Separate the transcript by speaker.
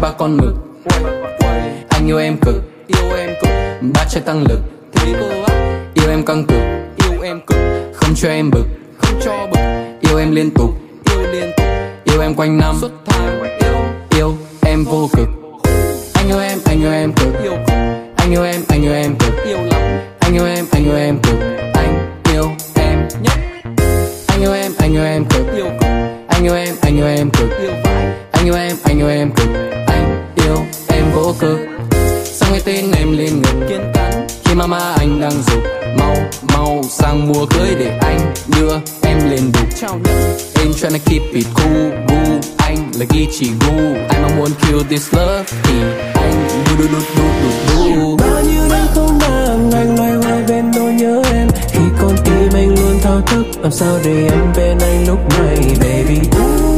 Speaker 1: ba con mực anh yêu em cực yêu em cực ba trái tăng lực yêu em căng cực yêu em cực không cho em bực không cho bực yêu em liên tục yêu liên tục yêu em quanh năm suốt tháng yêu yêu em vô cực anh yêu em anh yêu em cực yêu anh yêu em anh yêu em cực yêu lắm anh yêu em anh yêu em cực anh yêu em nhất anh yêu em anh yêu em cực yêu cực anh yêu em anh yêu em cực yêu phải anh yêu em anh yêu em cực anh yêu em vô cực sao nghe tên em lên ngực kiên cắn khi mama anh đang dục mau mau sang mua cưới để anh đưa em lên đục chào em tryna keep it cool boo anh là Ichigo ai mà muốn kill this love thì anh đu đu đu đu đu đu
Speaker 2: bao nhiêu năm không mang anh loay hoay bên nỗi nhớ em khi con tim anh luôn thao thức làm sao để em bên anh lúc này baby ooh.